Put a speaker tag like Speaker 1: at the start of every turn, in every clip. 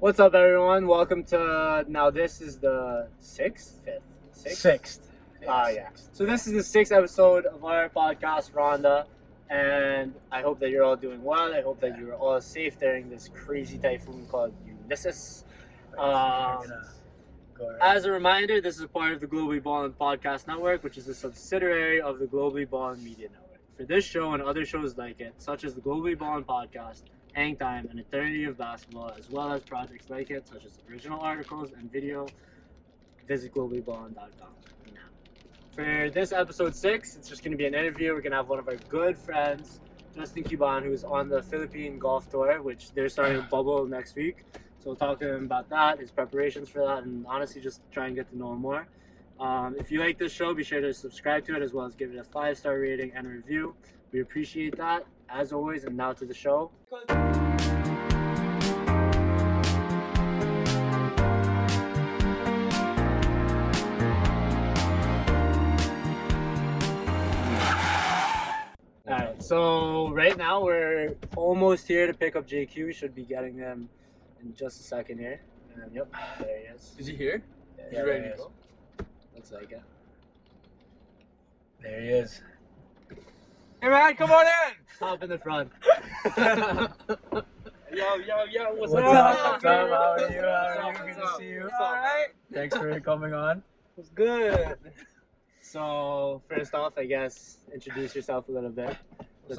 Speaker 1: What's up, everyone? Welcome to now. This is the sixth, fifth, sixth.
Speaker 2: Sixth.
Speaker 1: Ah, yeah. So this is the sixth episode of our podcast, Rhonda, and I hope that you're all doing well. I hope that you're all safe during this crazy typhoon called Ulysses. Um, As a reminder, this is part of the Globally Ballin Podcast Network, which is a subsidiary of the Globally Ballin Media Network. For this show and other shows like it, such as the Globally Ballin Podcast, Hang Time, and Eternity of Basketball, as well as projects like it, such as original articles and video, visit globallyballin.com now. For this episode six, it's just going to be an interview. We're going to have one of our good friends, Justin Cuban, who's on the Philippine golf tour, which they're starting a bubble next week. So we'll talk to him about that, his preparations for that, and honestly just try and get to know him more. Um, if you like this show, be sure to subscribe to it as well as give it a five star rating and review. We appreciate that as always. And now to the show. All right, so right now we're almost here to pick up JQ. We should be getting them in just a second here. And yep, there he is.
Speaker 2: Is he here? Is
Speaker 1: Yeah,
Speaker 2: he ready
Speaker 1: there
Speaker 2: to
Speaker 1: he is.
Speaker 2: go?
Speaker 1: Looks like it.
Speaker 2: There he is.
Speaker 3: Hey man, come on in!
Speaker 1: Stop in the front.
Speaker 3: Yo, yo, yo, what's,
Speaker 2: What's
Speaker 3: up?
Speaker 2: up? What's up? How are you? How are
Speaker 1: What's up?
Speaker 2: you? Good
Speaker 1: What's
Speaker 2: to
Speaker 1: up?
Speaker 2: see you.
Speaker 3: You alright?
Speaker 2: Thanks for coming on.
Speaker 3: What's good?
Speaker 1: So first off, I guess introduce yourself a little bit.
Speaker 3: What's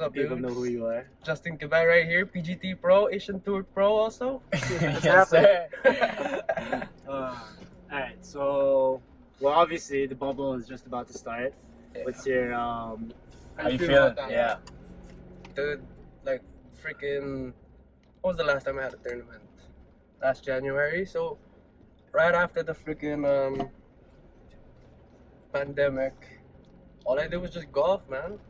Speaker 1: Let
Speaker 3: up,
Speaker 1: the people
Speaker 3: dudes?
Speaker 1: know who you are.
Speaker 3: Justin Quebec right here, PGT Pro, Asian Tour Pro also.
Speaker 2: yes, sir.
Speaker 1: Uh, all right, so well, obviously the bubble is just about to start. What's your um?
Speaker 2: How you feeling?
Speaker 3: about that?
Speaker 2: Yeah.
Speaker 3: Dude, like freaking what was the last time I had a tournament? Last January, so right after the freaking um pandemic, all I did was just golf, man.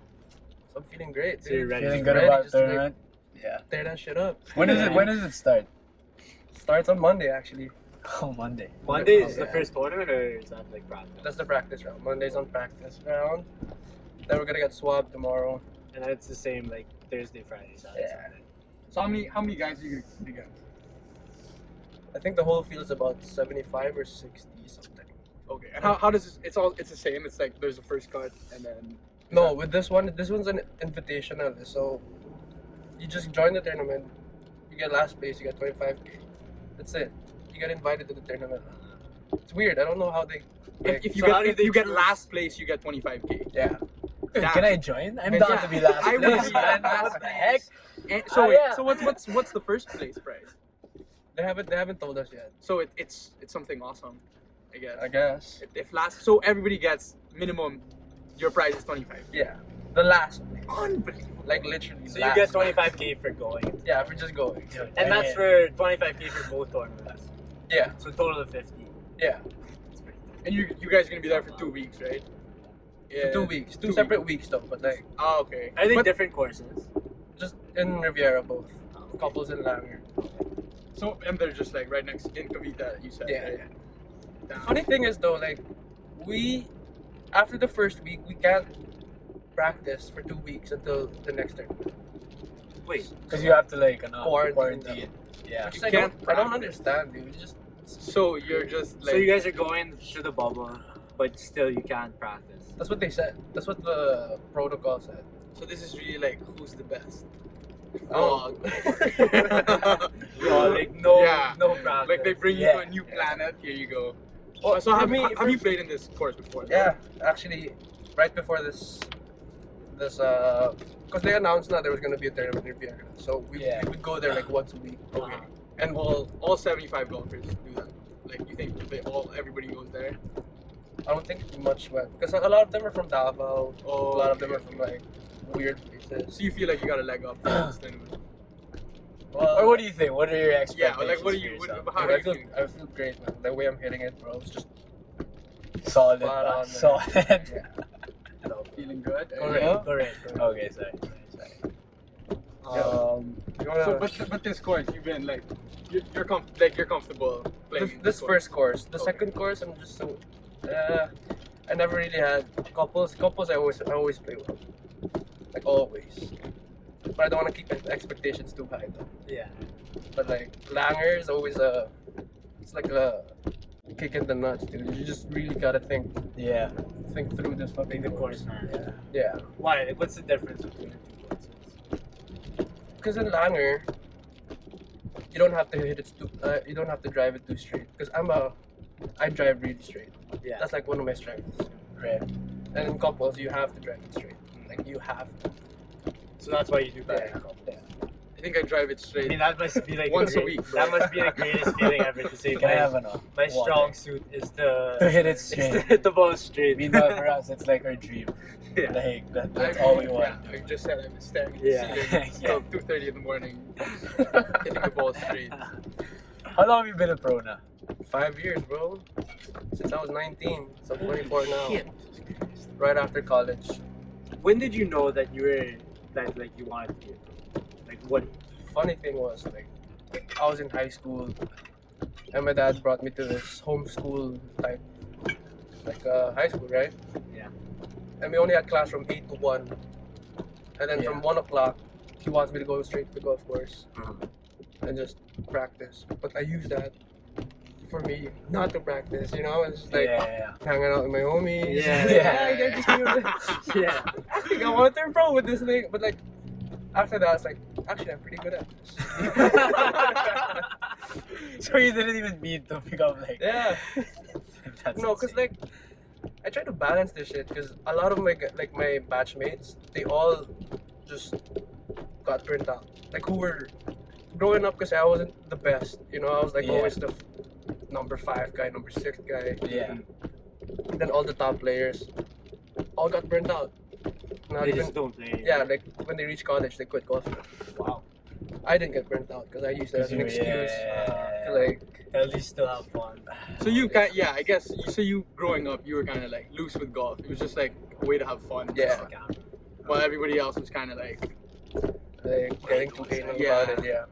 Speaker 3: So I'm feeling great,
Speaker 1: So you're
Speaker 3: dude.
Speaker 1: ready?
Speaker 2: Feeling
Speaker 1: for
Speaker 2: good
Speaker 1: it?
Speaker 3: Ready,
Speaker 2: about
Speaker 3: just like-
Speaker 2: tournament? Yeah.
Speaker 3: Tear that shit up.
Speaker 2: When is it? When does it start?
Speaker 3: Starts on Monday actually.
Speaker 2: Oh, Monday.
Speaker 1: Monday is the
Speaker 3: Yeah.
Speaker 1: first tournament, or is that like practice?
Speaker 3: That's the practice round. Monday's on practice round. Then we're gonna get swabbed tomorrow.
Speaker 1: And then it's the same like Thursday, Friday, Saturday.
Speaker 3: Yeah.
Speaker 1: Sunday.
Speaker 4: So how many how many guys are you gonna get?
Speaker 3: I think the whole field's about 75 or 60 something.
Speaker 4: Okay. And how, how does this, it's all it's the same? It's like there's a first cut and then
Speaker 3: No, with this one, this one's an invitational. So you just join the tournament, you get last place, you get 25k. That's it. You get invited to the tournament. It's weird. I don't know how they.
Speaker 4: if, if you
Speaker 1: So how
Speaker 4: get
Speaker 1: do
Speaker 4: if
Speaker 1: they
Speaker 4: you get
Speaker 1: choose?
Speaker 4: last place, you get 25k.
Speaker 3: yeah.
Speaker 4: Yeah.
Speaker 2: Can I join? I'm
Speaker 3: Yeah.
Speaker 2: down to be last.
Speaker 4: I
Speaker 2: place,
Speaker 4: would be
Speaker 2: man.
Speaker 4: last
Speaker 2: What the
Speaker 4: place.
Speaker 2: heck?
Speaker 4: And, so
Speaker 2: Ah,
Speaker 4: wait,
Speaker 2: yeah.
Speaker 4: so what's what's what's the first place prize?
Speaker 3: They haven't. They haven't told us yet.
Speaker 4: So it, it's it's something awesome, I guess.
Speaker 3: I guess.
Speaker 4: If, if last, so everybody gets minimum. Your prize is 25.
Speaker 3: Yeah. The last.
Speaker 4: Unbelievable.
Speaker 3: Like literally.
Speaker 1: So you
Speaker 3: last
Speaker 1: get 25k for going,
Speaker 3: Yeah, if we're just going.
Speaker 2: Dude,
Speaker 1: and that's
Speaker 2: dang it.
Speaker 1: for 25k for both tournaments.
Speaker 3: Yeah.
Speaker 1: So total of 50.
Speaker 3: Yeah.
Speaker 1: That's pretty good.
Speaker 4: And you you guys are gonna be there for two weeks, right? Yeah.
Speaker 3: For two weeks. Two,
Speaker 4: Two
Speaker 3: separate weeks though, but like.
Speaker 4: Oh, okay.
Speaker 1: Are they
Speaker 4: But-
Speaker 1: different courses?
Speaker 3: Just in Riviera, both
Speaker 1: Oh,
Speaker 3: couples in Lamier.
Speaker 4: so and they're just like right next in Cavite. You said.
Speaker 3: Yeah,
Speaker 4: Right?
Speaker 3: The
Speaker 4: Damn.
Speaker 3: funny thing is though, like we after the first week we can't practice for two weeks until the next tournament.
Speaker 1: Wait,
Speaker 2: Because you have to like uh,
Speaker 3: Quarantine
Speaker 2: quarantine. Yeah.
Speaker 3: Which
Speaker 4: You
Speaker 3: is, I don't-
Speaker 4: can't
Speaker 3: I don't
Speaker 4: practice.
Speaker 3: understand, dude. It's Just
Speaker 4: So you're just like.
Speaker 1: so you guys are going to the bubble, but still you can't practice.
Speaker 3: that's what they said. That's what the protocol said.
Speaker 4: So this is really like who's the best.
Speaker 3: Oh.
Speaker 4: Vlog.
Speaker 1: Oh, like no,
Speaker 4: Yeah.
Speaker 1: no practice.
Speaker 4: like they bring you
Speaker 2: Yeah.
Speaker 4: to a new
Speaker 3: Yeah.
Speaker 4: planet. Here you go.
Speaker 3: Well,
Speaker 4: so have,
Speaker 3: for me-
Speaker 4: have
Speaker 3: for-
Speaker 4: you played in this course before?
Speaker 3: Yeah, actually, right before this, this uh, because they announced that there was gonna be a tournament in Riviera, so we
Speaker 2: Yeah.
Speaker 3: we would go there like once a week.
Speaker 4: Okay. And all all 75 golfers do that. Like you think they all everybody goes there?
Speaker 3: I don't think much went because a lot of them are from Davao.
Speaker 4: Oh,
Speaker 3: A lot of them
Speaker 4: okay,
Speaker 3: are from like weird places.
Speaker 4: So you feel like you got a leg up. for this tournament.
Speaker 3: Well,
Speaker 2: Or what do you think? What are your
Speaker 4: yeah.
Speaker 2: expectations?
Speaker 4: Like what do
Speaker 2: for
Speaker 4: you? What,
Speaker 2: yourself?
Speaker 4: how
Speaker 3: Dude,
Speaker 4: do
Speaker 3: I
Speaker 4: you
Speaker 3: feel,
Speaker 4: feel?
Speaker 3: I feel great, man. The way I'm hitting it, bro, it's just
Speaker 2: Solid.
Speaker 3: Spot
Speaker 2: man.
Speaker 3: on, man.
Speaker 2: Solid.
Speaker 4: Feeling good.
Speaker 3: Correct.
Speaker 1: Correct.
Speaker 2: Okay, sorry. sorry.
Speaker 3: Um, you wanna-
Speaker 4: So, but, but this course you've been like you're, you're com- like you're comfortable playing
Speaker 3: this,
Speaker 4: in
Speaker 3: this
Speaker 4: course.
Speaker 3: first course, the
Speaker 4: Okay.
Speaker 3: second course, I'm just so. Uh, I never really had couples. Couples, I always, I always play well, like always. But I don't want to keep my expectations too high though.
Speaker 1: Yeah.
Speaker 3: But like Langer is always a, it's like a kick in the nuts, dude. You just really gotta think
Speaker 2: Yeah.
Speaker 3: think through this
Speaker 1: in
Speaker 3: fucking
Speaker 1: the
Speaker 3: course.
Speaker 1: course, man.
Speaker 3: Yeah,
Speaker 1: Why? Like, What's the difference between the two courses?
Speaker 3: because in Langer, you don't have to hit it too, uh, you don't have to drive it too straight. Because I'm a, I drive really straight.
Speaker 1: Yeah.
Speaker 3: That's like one of my strengths.
Speaker 2: Right.
Speaker 3: And in couples, you have to drive it straight. Like you have to.
Speaker 1: so that's why you do better.
Speaker 3: Yeah.
Speaker 4: I think I drive
Speaker 1: I
Speaker 4: it
Speaker 1: mean,
Speaker 4: straight.
Speaker 1: that must be like
Speaker 4: Once a
Speaker 1: great-
Speaker 4: week, bro.
Speaker 1: That must be the greatest feeling ever to say.
Speaker 2: Can I have
Speaker 1: My,
Speaker 2: enough?
Speaker 1: my
Speaker 2: water?
Speaker 1: strong suit is
Speaker 2: To
Speaker 1: the
Speaker 2: hit it
Speaker 1: is to
Speaker 2: straight.
Speaker 1: hit the ball straight.
Speaker 2: Meanwhile, for us, it's like our dream.
Speaker 1: Yeah.
Speaker 2: Like, that, that's
Speaker 4: I-
Speaker 2: all we
Speaker 4: yeah,
Speaker 2: want.
Speaker 4: I just said I've been staring at
Speaker 1: Yeah.
Speaker 4: the ceiling
Speaker 2: Yeah.
Speaker 4: until 2.30 in the morning, hitting the ball straight.
Speaker 2: How long have you been a pro now?
Speaker 3: Five years, bro. Since I was 19, so I'm 24 now.
Speaker 1: Shit.
Speaker 3: Right after college.
Speaker 1: When did you know that you were that like you wanted to be? a pro? Like what?
Speaker 3: Funny thing was, like, I was in high school, and my dad brought me to this homeschool type, like uh, high school, right?
Speaker 1: Yeah.
Speaker 3: And we only had class from eight to one, and then from one o'clock, he wants me to go straight to the golf course
Speaker 1: Uh-huh.
Speaker 3: and just practice. But I use that for me not to practice, you know? It's just like
Speaker 2: yeah.
Speaker 3: hanging out with my homies.
Speaker 1: Yeah.
Speaker 3: I get to do this.
Speaker 1: Yeah.
Speaker 3: I think I want to turn pro with this thing. But like after that, I was like, actually, I'm pretty good at this.
Speaker 2: So you didn't even mean to pick up like
Speaker 3: yeah.
Speaker 2: that's
Speaker 3: No, cause like I try to balance this shit because a lot of my g- like my batchmates, they all just got burnt out. Like who were growing up, cause I wasn't the best. You know, I was like
Speaker 2: Yeah.
Speaker 3: always the f- number five guy, number six guy.
Speaker 2: insane. yeah.
Speaker 3: And then all the top players all got burnt out. Not
Speaker 1: They
Speaker 3: even
Speaker 1: just don't play.
Speaker 3: yeah, like when they reach college, they quit golf.
Speaker 1: Wow.
Speaker 3: I didn't get burnt out because I used it as an
Speaker 2: you-
Speaker 3: excuse
Speaker 2: yeah.
Speaker 3: to like
Speaker 1: At least still have fun.
Speaker 4: So you kind yeah, I guess, you- so you, growing up, you were kind of like loose with golf. It was just like a way to have fun.
Speaker 3: Yeah.
Speaker 1: Fuck out.
Speaker 4: While everybody else was kind of like,
Speaker 3: like getting too anal
Speaker 4: Yeah.
Speaker 3: about it. Yeah,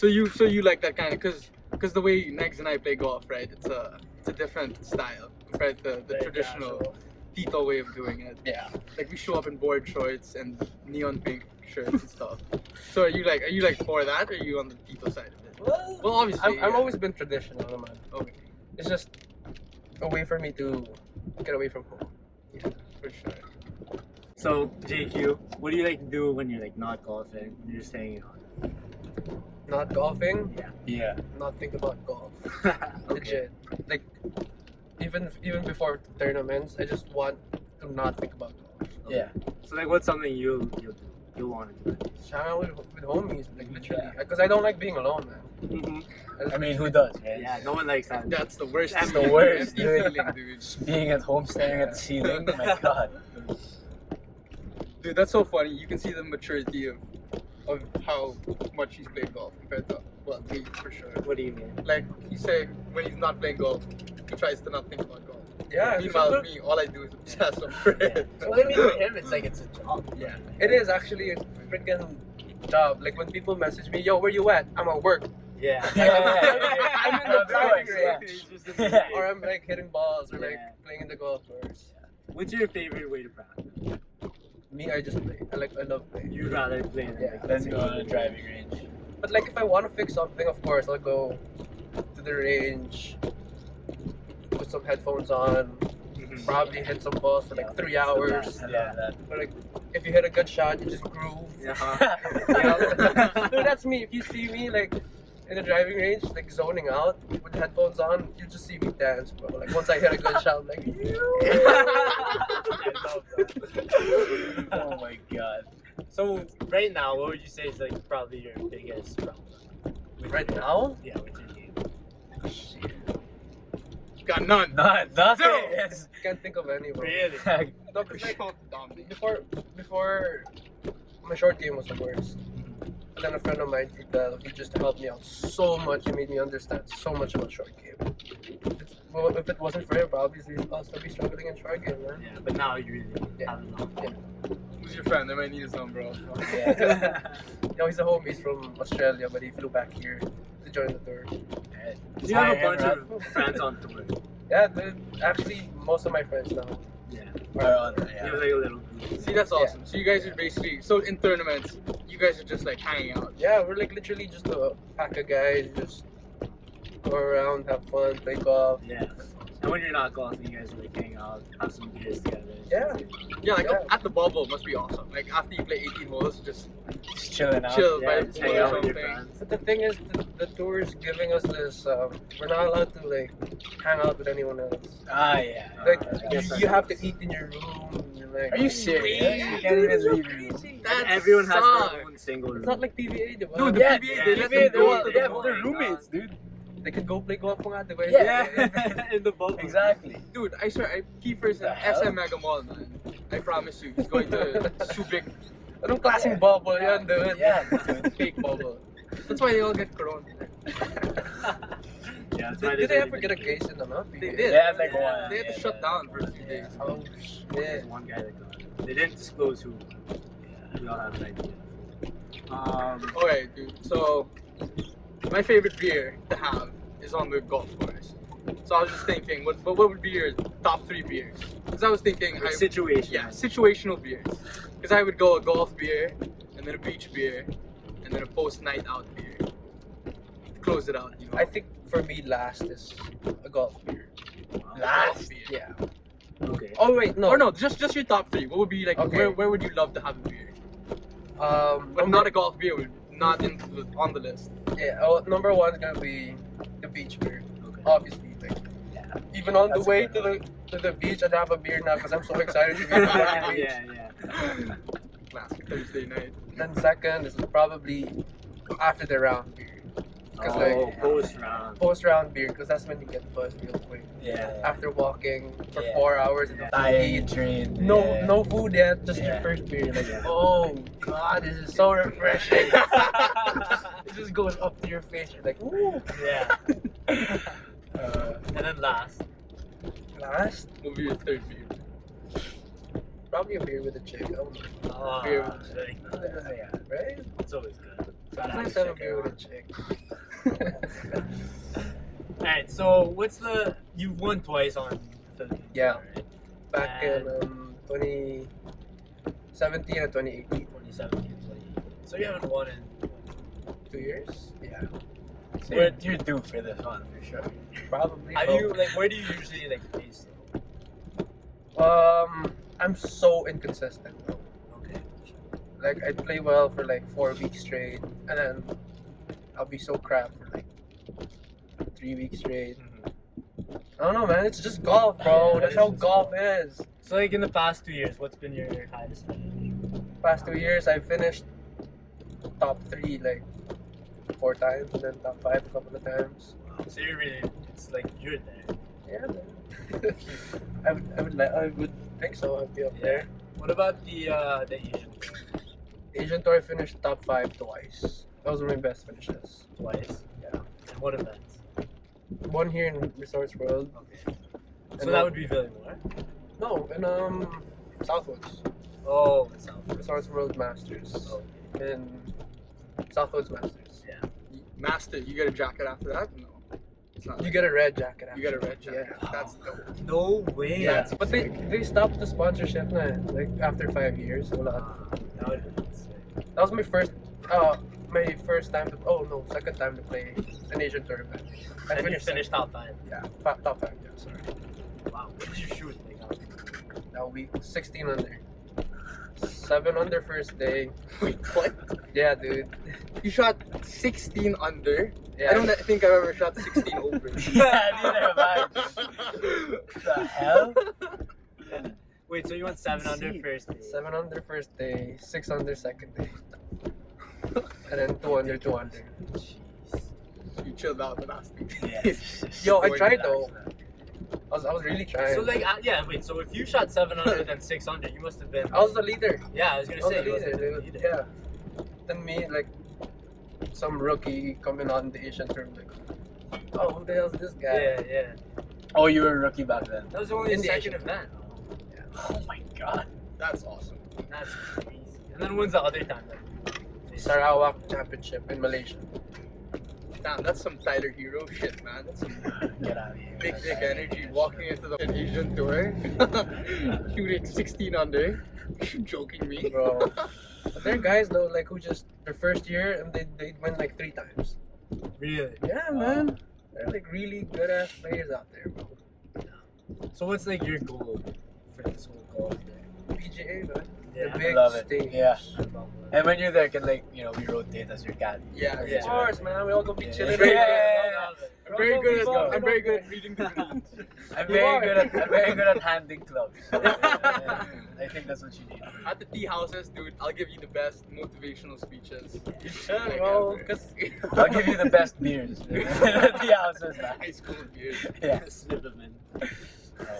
Speaker 4: so you, so you like that kind of, cause, cause the way Negs and I play golf, right? It's a, it's a different style compared to the
Speaker 1: Very
Speaker 4: traditional
Speaker 1: casual.
Speaker 4: Tito way of doing it.
Speaker 3: yeah.
Speaker 4: Like we show up in board shorts and neon pink shirts and stuff. So are you like, are you like for that, or are you on the Tito side of it?
Speaker 3: Well,
Speaker 4: Well, obviously,
Speaker 3: I'm, I've
Speaker 4: yeah.
Speaker 3: always been traditional, man.
Speaker 4: Okay,
Speaker 3: It's just a way for me to get away from home.
Speaker 4: for sure.
Speaker 1: So JQ, what do you like to do when you're like not golfing? When you're just hanging out.
Speaker 3: Not golfing,
Speaker 2: Yeah.
Speaker 3: not think about golf.
Speaker 1: Okay.
Speaker 3: Legit. Like even even before tournaments, I just want to not think about golf.
Speaker 2: Yeah.
Speaker 1: So like, what's something you you will you want to do?
Speaker 3: Just hang out with, with homies, like literally, because I don't like being alone, man.
Speaker 1: Mm-hmm.
Speaker 2: I mean who does, right?
Speaker 1: Yeah. No one likes that.
Speaker 4: That's the worst.
Speaker 1: That's
Speaker 2: the
Speaker 4: feeling,
Speaker 2: worst,
Speaker 4: empty
Speaker 2: dude.
Speaker 4: feeling, dude.
Speaker 2: Being at home staring at the ceiling, Oh my god.
Speaker 4: Dude, that's so funny. You can see the maturity of of how much he's played golf compared to well, me for sure.
Speaker 1: What do you mean?
Speaker 4: Like he's saying, when he's not playing golf, he tries to not think about golf.
Speaker 3: Yeah, it's
Speaker 4: Meanwhile,
Speaker 3: just-
Speaker 4: me, all I do is obsess over it.
Speaker 1: Well, I mean, for him, it's like it's a job.
Speaker 3: Yeah, it is actually a freaking job. Like when people message me, "Yo, where you at?" I'm at work,
Speaker 1: Yeah.
Speaker 2: Yeah, yeah,
Speaker 3: yeah. I'm in the driving range.
Speaker 1: He's just in
Speaker 2: Yeah.
Speaker 1: the-
Speaker 3: or I'm like hitting balls, or like
Speaker 1: Yeah.
Speaker 3: playing in the golf course.
Speaker 1: What's your favorite way to practice?
Speaker 3: Me, I just play. I like I love playing.
Speaker 1: You'd rather play than
Speaker 3: Yeah.
Speaker 1: like,
Speaker 2: Let's go to the
Speaker 1: actually-
Speaker 2: driving range.
Speaker 3: But like if I want to fix something, of course I'll go to the range, put some headphones on,
Speaker 1: Mhm.
Speaker 3: probably hit some balls for like three hours.
Speaker 2: I
Speaker 1: Yeah.
Speaker 2: love that.
Speaker 3: But like if you hit a good shot, you just groove.
Speaker 1: Uh-huh.
Speaker 3: You know? no, that's me. If you see me like in the driving range, like zoning out with headphones on, you just see me dance, bro. Like once I hit a good shot, I'm like,
Speaker 2: oh my god.
Speaker 1: So right now, what would you say is like probably your biggest problem? with
Speaker 3: right
Speaker 1: your-
Speaker 3: now,
Speaker 1: Yeah, with your game.
Speaker 4: Got none.
Speaker 2: Not nothing.
Speaker 4: Zero.
Speaker 2: It's-
Speaker 3: can't think of any. Bro.
Speaker 1: Really?
Speaker 3: No, 'cause,
Speaker 4: Just
Speaker 3: like,
Speaker 4: go dominate.
Speaker 3: before before my short game was the worst. And then a friend of mine, Tita, he just helped me out so much. He made me understand so much about short game. It's- Well, if it wasn't for him, obviously I'll still be struggling in short game, man.
Speaker 1: Yeah, but now you really
Speaker 3: Yeah.
Speaker 1: have a lot.
Speaker 4: Who's your friend? I might need his number. also.
Speaker 2: yeah.
Speaker 3: No, he's a homie. He's from Australia, but he flew back here to join the tour.
Speaker 1: Do you have a bunch
Speaker 2: Hi,
Speaker 1: of friends on tour?
Speaker 3: Yeah, dude. Actually, most of my friends now.
Speaker 1: Yeah.
Speaker 2: We're on,
Speaker 1: You
Speaker 2: yeah.
Speaker 1: have like a little group.
Speaker 4: See, that's awesome. So you guys are basically so in tournaments. you guys are just like hanging out.
Speaker 3: Yeah, we're like literally just a pack of guys, just go around, have fun, play golf.
Speaker 1: Yeah. And when you're not golfing, you guys like hang out, have some beers together.
Speaker 3: Yeah.
Speaker 4: Yeah, like
Speaker 3: Yeah.
Speaker 4: at the bubble must be awesome. Like after you play 18 holes, just
Speaker 2: Just chilling out.
Speaker 4: chill by
Speaker 1: Yeah,
Speaker 4: the
Speaker 1: just
Speaker 4: pool
Speaker 1: hang
Speaker 4: or
Speaker 1: out with your
Speaker 4: something.
Speaker 1: friends.
Speaker 3: But the thing is, the, the tour is giving us this. Um, we're not allowed to like hang out with anyone else.
Speaker 2: Ah, yeah.
Speaker 3: Like
Speaker 1: Uh, I
Speaker 3: you,
Speaker 1: guess I
Speaker 3: you
Speaker 1: know
Speaker 3: have to
Speaker 1: this.
Speaker 3: eat in your room. and, Like,
Speaker 2: Are you serious?
Speaker 1: Yeah, dude, it's so
Speaker 2: crazy.
Speaker 4: That
Speaker 1: Everyone has
Speaker 4: sucks.
Speaker 1: their own single room.
Speaker 3: It's not like PVA, diba?
Speaker 4: Dude, the
Speaker 2: Yeah,
Speaker 4: PBA,
Speaker 1: yeah,
Speaker 4: they let
Speaker 1: PBA,
Speaker 4: them
Speaker 1: they
Speaker 4: go.
Speaker 1: want-
Speaker 4: to the
Speaker 1: yeah,
Speaker 4: bubble.
Speaker 1: they're roommates,
Speaker 2: dude.
Speaker 3: they can go play golf mga, diba?
Speaker 1: Yeah. in the bubble.
Speaker 2: Exactly.
Speaker 4: Dude, I swear, I keep first in
Speaker 2: The hell?
Speaker 4: SM Mega Mall, man. I promise you, he's going to Subic.
Speaker 3: Anong klaseng bubble yun, dude?
Speaker 2: Yeah.
Speaker 4: Fake bubble. That's why they all get corona.
Speaker 1: Yeah, that's why
Speaker 3: Did, did they
Speaker 1: said
Speaker 3: ever get a case in them, huh?
Speaker 4: They
Speaker 3: PVA?
Speaker 4: did.
Speaker 2: Yeah, like one.
Speaker 4: They had to
Speaker 2: Yeah,
Speaker 4: shut
Speaker 2: yeah.
Speaker 4: down for a few
Speaker 1: Yeah.
Speaker 4: days.
Speaker 3: Oh,
Speaker 1: There's
Speaker 3: shit.
Speaker 1: one guy that got it. They didn't disclose who. Yeah, we all have an idea. Um,
Speaker 4: Alright, dude. So, my favorite beer to have is on the golf course. So I was just thinking, what what, what would be your top three beers? Because I was thinking, I,
Speaker 1: situation.
Speaker 4: yeah, situational beers. Because I would go a golf beer, and then a beach beer, and then a post night out beer. Close it out, you know.
Speaker 3: I think for me, last is a golf beer.
Speaker 4: Last beer.
Speaker 3: Yeah.
Speaker 1: Okay.
Speaker 3: Oh, wait, no.
Speaker 4: Or no, just just your top three. What would be like?
Speaker 3: Okay.
Speaker 4: Where, where would you love to have a beer?
Speaker 3: Um,
Speaker 4: But not a golf beer. would- Not in on the list.
Speaker 3: Yeah, oh, number one's gonna be the beach beer,
Speaker 1: Okay.
Speaker 3: obviously. Like,
Speaker 1: Yeah.
Speaker 3: even on
Speaker 1: That's
Speaker 3: the way
Speaker 1: a
Speaker 3: to the to the beach, I'd have a beer now because I'm so excited to be
Speaker 1: yeah,
Speaker 3: on the beach.
Speaker 1: yeah.
Speaker 4: Classic Thursday night.
Speaker 3: Then second is probably after the round beer, because
Speaker 1: oh,
Speaker 3: like
Speaker 1: post round.
Speaker 3: post round beer, because that's when you get buzzed real quick.
Speaker 2: Oh. Yeah.
Speaker 3: After walking for
Speaker 2: Yeah.
Speaker 3: four hours in the
Speaker 2: Tired
Speaker 3: heat,
Speaker 2: and drained.
Speaker 3: no
Speaker 2: yeah.
Speaker 3: no food yet, just your
Speaker 2: Yeah.
Speaker 3: first beer. Like,
Speaker 1: Yeah.
Speaker 3: oh god, this is so refreshing.
Speaker 1: yeah.
Speaker 3: it just goes up to your face. You're like, ooh.
Speaker 2: Uh,
Speaker 1: And then last.
Speaker 3: Last,
Speaker 4: What would be your third beer?
Speaker 3: probably a beer with a chick. I don't know.
Speaker 1: Oh,
Speaker 3: Beer
Speaker 1: like,
Speaker 2: yeah.
Speaker 3: Right?
Speaker 1: it's always good.
Speaker 3: It's nice to have a beer with a chick.
Speaker 1: All right. So what's the? You've won twice on. Philippines,
Speaker 3: Yeah.
Speaker 1: Right?
Speaker 3: Back in um, 2017 and 2018.
Speaker 1: 2017, 2018. So you haven't won in.
Speaker 3: Two years? Yeah.
Speaker 2: You're, you're due for this one for sure.
Speaker 3: Probably.
Speaker 1: Have
Speaker 3: bro.
Speaker 1: you like? Where do you usually like place? though?
Speaker 3: Um, I'm so inconsistent. bro.
Speaker 1: Okay.
Speaker 3: Like, I play well for like four weeks straight, and then I'll be so crap for like three weeks straight.
Speaker 1: Mm-hmm.
Speaker 3: I don't know, man. It's just golf, bro.
Speaker 1: Yeah,
Speaker 3: That's
Speaker 1: it is
Speaker 3: how
Speaker 1: just
Speaker 3: golf is.
Speaker 1: So like in the past two years, what's been your highest finish?
Speaker 3: Past two years, I finished top three like four times, and then top five a couple of times.
Speaker 1: So you're really, it's like you're there.
Speaker 3: Yeah, man. I would, I would, li- I would think so. I'd be up there.
Speaker 1: What about the uh, the Asian
Speaker 3: Asian Tour finished top five twice. Those were my best finishes.
Speaker 1: twice?
Speaker 3: Yeah.
Speaker 1: And what events?
Speaker 3: One here in Resorts World.
Speaker 1: Okay.
Speaker 3: and
Speaker 1: So that
Speaker 3: one-
Speaker 1: would be Villamore.
Speaker 3: no, in um Southwoods
Speaker 1: Oh, that sounds
Speaker 3: Resorts World Masters
Speaker 1: Oh,
Speaker 3: in Southwoods Masters.
Speaker 4: Master, you get a jacket after that? No. It's not.
Speaker 3: You get a red jacket.
Speaker 4: you get a
Speaker 3: after.
Speaker 4: red jacket.
Speaker 3: Yeah.
Speaker 4: That's dope.
Speaker 1: No way.
Speaker 3: Yeah, but they they stopped the sponsorship na, like after five years. Wala.
Speaker 1: Ah, that would have been sick.
Speaker 3: That was my first, uh, my first time to oh no, second time to play an Asian Tour event. I
Speaker 1: And you
Speaker 3: finished
Speaker 1: finished top five.
Speaker 3: Yeah, top, top five. Yeah, sorry.
Speaker 1: Wow, what did you shoot? Like, how-
Speaker 3: Now we 16 under, seven under first day.
Speaker 4: Wait, what?
Speaker 3: Yeah, dude.
Speaker 4: You shot 16 under?
Speaker 3: Yeah,
Speaker 4: I don't e-, think I've ever shot 16 over.
Speaker 2: yeah, neither have I. the hell?
Speaker 1: Wait, so you went seven under first day.
Speaker 3: seven under first day, six under second day, and then two under, two under.
Speaker 1: Jeez.
Speaker 4: you chilled out the last week.
Speaker 3: Yo, I
Speaker 4: Boy,
Speaker 3: tried
Speaker 4: relax.
Speaker 3: though. I was, I was really trying.
Speaker 1: So like, uh, yeah. Wait, so if you shot seven under then six under, you must have been.
Speaker 3: I was the leader.
Speaker 1: Yeah, I was
Speaker 3: I
Speaker 1: gonna
Speaker 3: was
Speaker 1: say.
Speaker 3: the
Speaker 1: you must
Speaker 3: leader,
Speaker 1: have been
Speaker 3: dude. Yeah. Then me like some rookie coming on the Asian term like, oh who the hell's this guy?
Speaker 1: Yeah, yeah.
Speaker 2: Oh, you were a rookie back then.
Speaker 1: That was only
Speaker 3: In
Speaker 1: the
Speaker 3: the
Speaker 1: second
Speaker 3: Asian
Speaker 1: event.
Speaker 2: Oh my god.
Speaker 4: That's awesome.
Speaker 1: That's crazy. And then when's the other time? Like,
Speaker 3: Sarawak Championship in Malaysia.
Speaker 4: Damn, that's some Tyler Hero shit, man. That's some
Speaker 1: Get out of here.
Speaker 4: big dick energy walking into the Asian tour, eh? shooting 16 under. You joking me?
Speaker 3: Bro. But there are guys though, like who just their first year and they, they went like three times.
Speaker 1: Really?
Speaker 3: Yeah, man. They're like really good ass players out there, bro.
Speaker 1: Uh, So what's like your goal for this whole golf thing?
Speaker 3: PGA, man.
Speaker 1: Yeah.
Speaker 3: the big
Speaker 5: love it.
Speaker 3: stage.
Speaker 5: Yeah.
Speaker 3: I love that.
Speaker 5: And when you're there, can like you know we rotate as your caddy.
Speaker 4: Yeah,
Speaker 1: Yeah.
Speaker 3: Of course, man. We all gonna be
Speaker 5: Yeah.
Speaker 3: chilling.
Speaker 4: Yeah.
Speaker 5: Yeah.
Speaker 4: I'm very good at
Speaker 5: Bro,
Speaker 4: I'm very good at reading the room.
Speaker 5: I'm
Speaker 3: You
Speaker 5: very
Speaker 3: are.
Speaker 5: good at I'm very good at handing clubs. So, yeah, yeah, yeah. I think that's what you need.
Speaker 4: At the tea houses, dude, I'll give you the best motivational speeches.
Speaker 3: Yeah, bro. Cause
Speaker 5: I'll give you the best beers. the houses, man.
Speaker 4: High school beer.
Speaker 5: Yeah.
Speaker 1: Slip him in.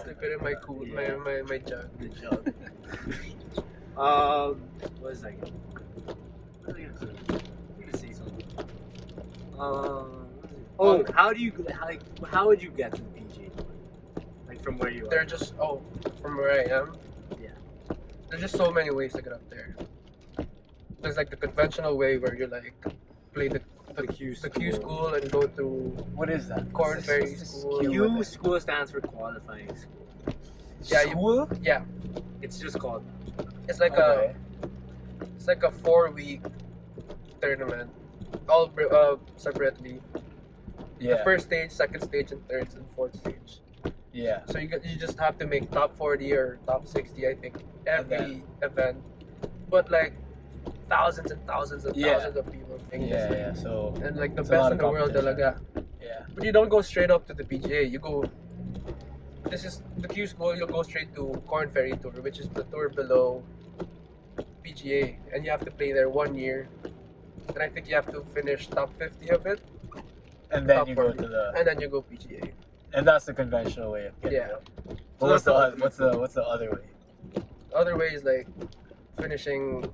Speaker 3: slip it in my cool,
Speaker 1: Yeah.
Speaker 3: my, my my jug.
Speaker 1: Good job. um, what is that? What was I gonna say? I'm gonna say something. Um, oh, how do you how, like, how would you get to the PJ? Tour? Like from where you are?
Speaker 3: They're just oh, from where I am.
Speaker 1: Yeah.
Speaker 3: There's just so many ways to get up there. There's like the conventional way where you like play the
Speaker 1: the Q
Speaker 3: the Q school and go through
Speaker 5: What is that?
Speaker 3: Cornberry
Speaker 5: What's this-
Speaker 3: School.
Speaker 5: what's this
Speaker 1: Q
Speaker 5: with
Speaker 1: school stands for qualifying school.
Speaker 5: it?
Speaker 3: Yeah, you-
Speaker 5: School?
Speaker 3: yeah.
Speaker 1: It's just called.
Speaker 3: It's like a
Speaker 5: Okay.
Speaker 3: It's like a four week tournament, all br- uh, separately. The
Speaker 5: Yeah.
Speaker 3: first stage, second stage, and third and fourth stage.
Speaker 5: Yeah.
Speaker 3: So you, got- you just have to make top 40 or top 60, I think, every event. But like thousands and thousands and
Speaker 5: Yeah.
Speaker 3: thousands of people think
Speaker 5: Yeah. Yeah. So.
Speaker 3: And like the
Speaker 5: It's a lot
Speaker 3: best in
Speaker 5: of
Speaker 3: the world,
Speaker 5: competition.
Speaker 3: talaga.
Speaker 5: Yeah.
Speaker 3: But you don't go straight up to the PGA. You go. This is the Q school. You'll go straight to Corn Ferry Tour, which is the tour below PGA, and you have to play there one year. And I think you have to finish top 50 of it,
Speaker 5: And then
Speaker 3: Top
Speaker 5: you go
Speaker 3: 40.
Speaker 5: to the
Speaker 3: and then you go PGA.
Speaker 5: and that's the conventional way of getting
Speaker 3: Yeah.
Speaker 5: up.
Speaker 4: So
Speaker 5: But what's
Speaker 4: that's the
Speaker 5: the oth-
Speaker 4: ultimate
Speaker 5: what's the what's the other way?
Speaker 3: Other way is like finishing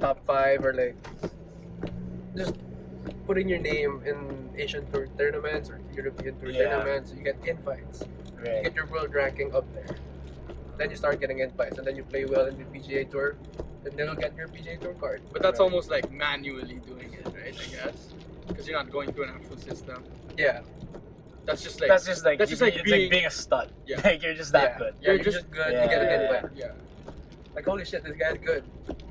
Speaker 3: top five or like just putting your name in Asian Tour tournaments or European Tour
Speaker 5: Yeah.
Speaker 3: tournaments. You get invites. you
Speaker 5: Right.
Speaker 3: get your world ranking up there. Then you start getting invites, and then you play well in the PGA Tour, then they'll get your PGA Tour card.
Speaker 4: But that's
Speaker 5: Right.
Speaker 4: almost like manually doing it, right? I guess. Because you're not going through an actual system.
Speaker 3: Yeah,
Speaker 4: That's just like
Speaker 5: that's just like
Speaker 4: that's
Speaker 5: you-
Speaker 4: just like
Speaker 5: it's like
Speaker 4: being-
Speaker 5: being a stud.
Speaker 4: Yeah.
Speaker 5: Like you're just that
Speaker 3: yeah.
Speaker 5: good.
Speaker 3: Yeah,
Speaker 4: You're
Speaker 3: you're just,
Speaker 4: just-
Speaker 3: good.
Speaker 5: yeah,
Speaker 3: you get an
Speaker 5: yeah,
Speaker 3: invite.
Speaker 4: yeah.
Speaker 3: Like holy shit, this guy's good.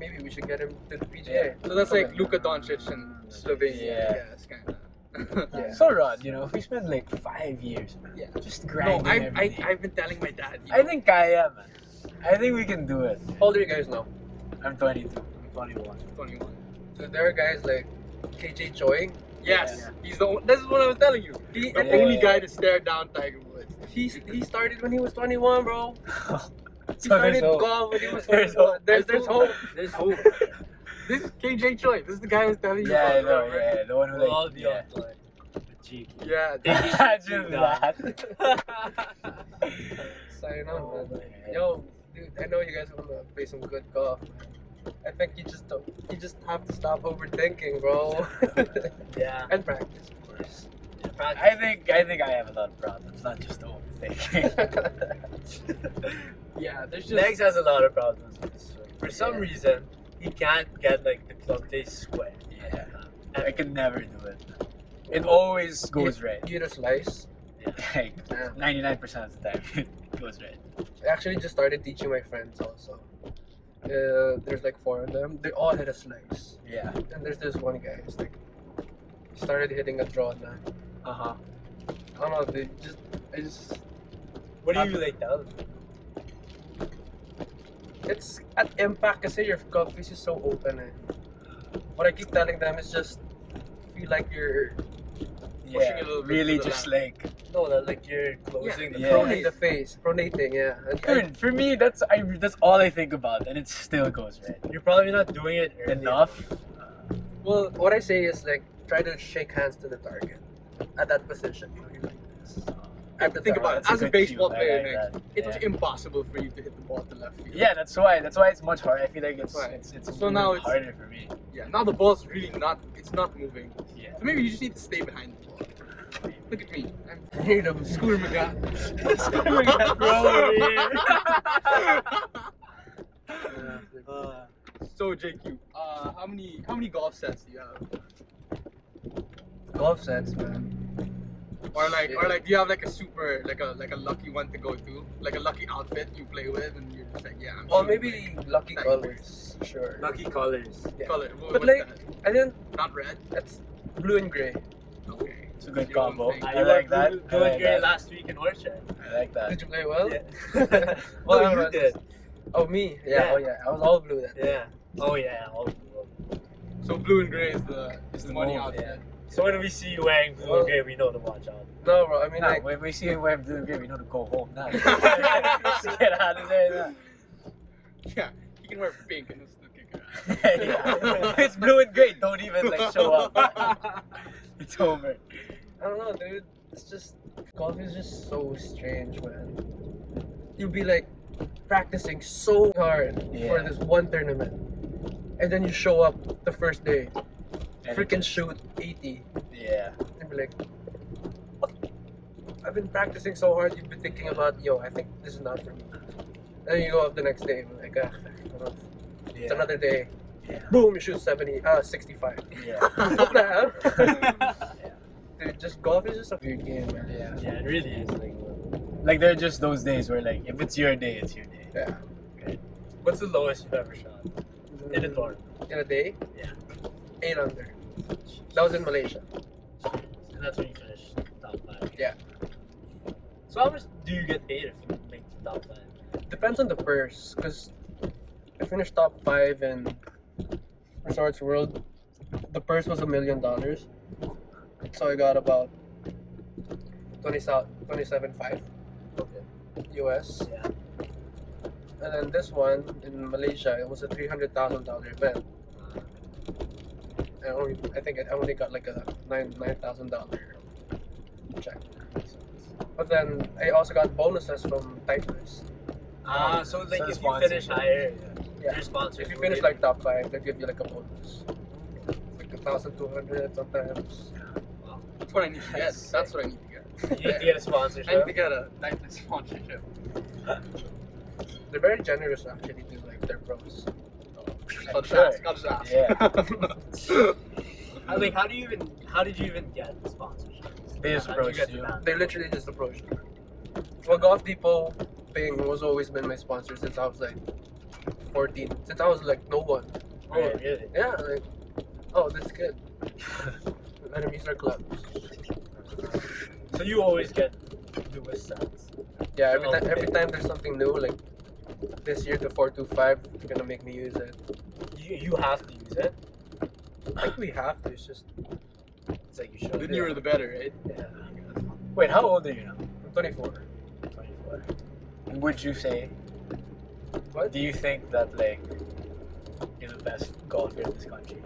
Speaker 3: Maybe we should get him to the PGA.
Speaker 4: So that's like Luka Doncic in Slovenia,
Speaker 5: Yeah.
Speaker 4: I guess, kinda.
Speaker 3: Yeah.
Speaker 5: So Rod, you know, if we spend like five years, man,
Speaker 4: Yeah.
Speaker 5: just
Speaker 4: no,
Speaker 5: grinding
Speaker 4: I,
Speaker 5: every
Speaker 4: I,
Speaker 5: day.
Speaker 4: I've been telling my dad. you
Speaker 5: I think I am. Man. I think we can do it.
Speaker 3: How old are you guys now?
Speaker 5: I'm 22.
Speaker 1: I'm 21.
Speaker 4: know, 21.
Speaker 3: So there are guys like KJ Choi.
Speaker 4: Yes, he's the one. This is what I was telling you. He, the
Speaker 5: Yeah.
Speaker 4: only guy to stare down Tiger Woods.
Speaker 3: He, he started when he was 21, bro. He
Speaker 5: So
Speaker 3: started
Speaker 5: there's hope.
Speaker 3: golf when he was
Speaker 5: There's
Speaker 3: 21.
Speaker 5: hope.
Speaker 3: There's,
Speaker 4: There's
Speaker 3: there's
Speaker 4: hope.
Speaker 3: hope.
Speaker 1: There's hope.
Speaker 4: This is KJ Choi. This is the guy I was telling you.
Speaker 5: Yeah, I
Speaker 4: about,
Speaker 5: know.
Speaker 4: remember?
Speaker 5: Yeah, the one who
Speaker 1: We'll
Speaker 5: like.
Speaker 1: all be on
Speaker 5: yeah.
Speaker 1: play. Cheeky.
Speaker 4: Yeah,
Speaker 5: Imagine that.
Speaker 3: Sign on, man.
Speaker 5: Yo,
Speaker 3: Yo, dude, I know you guys want to play some good golf. man. I think you just don't, you just have to stop overthinking, bro,
Speaker 1: Yeah.
Speaker 3: and practice, of course.
Speaker 5: I think I think I have a lot of problems, not just overthinking.
Speaker 4: yeah. There's just
Speaker 1: Legs has a lot of problems with this swing. For some
Speaker 5: Yeah.
Speaker 1: reason, he can't get like the club face square.
Speaker 5: yeah, I can never do it. It always goes right.
Speaker 3: You just slice.
Speaker 5: Like
Speaker 3: Yeah.
Speaker 5: 99% of the time, it goes right.
Speaker 3: I actually just started teaching my friends also. Uh, there's like four of them. They all hit a slice,
Speaker 5: Yeah.
Speaker 3: and there's this one guy. It's like he started hitting a draw now.
Speaker 5: Uh huh.
Speaker 3: I don't know, dude. Just I just
Speaker 1: What
Speaker 5: Uh-huh.
Speaker 1: do you relate that?
Speaker 3: it's at impact kasi your cup face is so open eh. What I keep telling them is just feel like you're
Speaker 5: Yeah.
Speaker 4: Pushing it a little bit
Speaker 5: really,
Speaker 4: to the
Speaker 5: just like
Speaker 1: No, that like you're closing the
Speaker 5: Yeah.
Speaker 3: prone
Speaker 1: front.
Speaker 3: in the face, pronating, yeah. And I-
Speaker 5: Dude, for me, that's I. That's all I think about, and it still goes right.
Speaker 1: You're probably not doing it early
Speaker 5: Enough.
Speaker 3: Well, what I say is like try to shake hands to the target at that position. You know, you're like this. At the
Speaker 4: Think
Speaker 3: target.
Speaker 4: about it.
Speaker 5: That's
Speaker 4: As a
Speaker 5: good
Speaker 4: baseball
Speaker 5: cue. I
Speaker 4: player,
Speaker 5: like that.
Speaker 4: it's
Speaker 5: yeah.
Speaker 4: impossible for you to hit the ball to left field.
Speaker 5: Yeah, that's why. That's why it's much harder. I feel like it's
Speaker 4: Right.
Speaker 5: it's, it's
Speaker 4: So
Speaker 5: even
Speaker 4: now it's-
Speaker 5: harder for me.
Speaker 4: Yeah. Now the ball's really not. It's not moving.
Speaker 5: Yeah.
Speaker 4: So maybe you just need to stay behind the ball. Look at me. I'm
Speaker 3: Here them
Speaker 4: Scooter McGa.
Speaker 1: Uh,
Speaker 4: so JQ, uh, how many how many golf sets do you have?
Speaker 3: golf sets, man.
Speaker 4: Or like, or
Speaker 3: Shit.
Speaker 4: like, do you have like a super, like a like a lucky one to go to, like a lucky outfit you play with, and you're just like, yeah. I'm
Speaker 3: Well,
Speaker 4: shooting
Speaker 3: maybe lucky
Speaker 4: Nice.
Speaker 3: colors, sure.
Speaker 1: Lucky colors.
Speaker 4: red. color. What,
Speaker 3: But
Speaker 4: what's
Speaker 3: like-
Speaker 4: that?
Speaker 3: And then
Speaker 4: not red.
Speaker 3: that's blue and gray.
Speaker 4: Okay.
Speaker 5: It's a good
Speaker 4: Your own
Speaker 5: combo.
Speaker 4: thing.
Speaker 5: I
Speaker 1: you
Speaker 5: like
Speaker 1: were
Speaker 5: that.
Speaker 1: doing-
Speaker 5: I
Speaker 1: Doing
Speaker 5: like
Speaker 1: great
Speaker 5: that.
Speaker 1: last week in Orchard.
Speaker 5: I like that.
Speaker 3: Did you play well?
Speaker 1: Yeah.
Speaker 3: Well, I
Speaker 1: no,
Speaker 3: don't
Speaker 1: you
Speaker 3: know,
Speaker 1: did.
Speaker 3: Oh me? Yeah,
Speaker 1: Yeah.
Speaker 3: Oh yeah. I was all blue then.
Speaker 1: Yeah. Oh yeah. Oh, oh.
Speaker 4: So blue and gray is the is the
Speaker 5: the
Speaker 4: money
Speaker 5: move,
Speaker 4: outfit.
Speaker 1: yeah. So when we see you wearing blue
Speaker 3: Well-
Speaker 1: and gray, we know to watch out.
Speaker 3: No, bro. I mean,
Speaker 5: Nah,
Speaker 3: like,
Speaker 5: when we see him wearing blue and gray, we know to go home now.
Speaker 1: Just get out of there.
Speaker 5: Yeah.
Speaker 4: Yeah, you can wear pink and it's still kick your ass.
Speaker 5: Yeah. It's blue and gray. Don't even like show up. It's over.
Speaker 3: I don't know, dude. It's just golf is just so strange, man. You'll be like practicing so hard for
Speaker 5: Yeah.
Speaker 3: this one tournament, and then you show up the first day,
Speaker 5: And it
Speaker 3: freaking
Speaker 5: just-
Speaker 3: shoot 80,
Speaker 5: Yeah.
Speaker 3: and be like, "What? I've been practicing so hard. You've been thinking about, yo, I think this is not for me. And then you go up the next day, and like, ah, it's
Speaker 5: Yeah.
Speaker 3: another day.
Speaker 5: Yeah.
Speaker 3: Boom, you shoot 70, uh, 65.
Speaker 5: Yeah.
Speaker 3: what the hell? Dude, just golf is just a weird game, man.
Speaker 5: Yeah.
Speaker 1: Yeah, it really is. Like,
Speaker 5: Like there are just those days where like if it's your day, it's your day.
Speaker 3: Yeah.
Speaker 1: what's the lowest you've ever shot in a tournament?
Speaker 3: in a day.
Speaker 1: Yeah.
Speaker 3: Eight under. That was in Malaysia.
Speaker 1: And that's when you finish top five.
Speaker 3: Yeah.
Speaker 1: So how much do you get paid if you make the top five?
Speaker 3: Depends on the purse, cause I finished top five in Resorts World. The purse was a million dollars, so I got about twenty twenty-seven five
Speaker 1: Okay.
Speaker 3: US.
Speaker 1: Yeah.
Speaker 3: And then this one in Malaysia, it was a three hundred thousand dollar event. I only, I think I only got like a nine nine thousand dollar check. But then I also got bonuses from Titleist.
Speaker 1: Ah, so like
Speaker 5: So
Speaker 1: if you
Speaker 5: sponsorship.
Speaker 1: finish higher,
Speaker 3: Yeah.
Speaker 1: your sponsor.
Speaker 3: If you finish like top five, they give you like a bonus, like a thousand two hundred sometimes.
Speaker 4: That's what I need to get.
Speaker 1: That's
Speaker 4: That's what I need to get.
Speaker 1: you need to get a sponsorship.
Speaker 4: I need to get a diamond sponsorship.
Speaker 3: They're very generous actually to like their pros.
Speaker 4: I'll just
Speaker 5: sure.
Speaker 4: ask. I'll just ask.
Speaker 1: I mean, how do you even? How did you even get the sponsorship?
Speaker 5: They just
Speaker 1: How'd
Speaker 5: approached
Speaker 1: get
Speaker 5: you.
Speaker 1: that?
Speaker 3: They literally just approach me. Well, Golf Depot, Bing was always been my sponsor since I was like fourteen. Since I was like no one.
Speaker 1: Oh, really?
Speaker 3: Yeah, like oh this kid. Let him use our club.
Speaker 1: So you always get Lewis sets.
Speaker 3: Yeah, every
Speaker 1: Okay.
Speaker 3: time every time there's something new, like this year the four two five, they're gonna make me use it.
Speaker 1: You, you have to use it.
Speaker 3: I think we have to. It's just
Speaker 1: It's like you should.
Speaker 4: The newer the better, right?
Speaker 5: Wait, how old are you now?
Speaker 3: I'm 24.
Speaker 5: 24. Would you say?
Speaker 3: What?
Speaker 5: Do you think that like you're the best golfer in this country?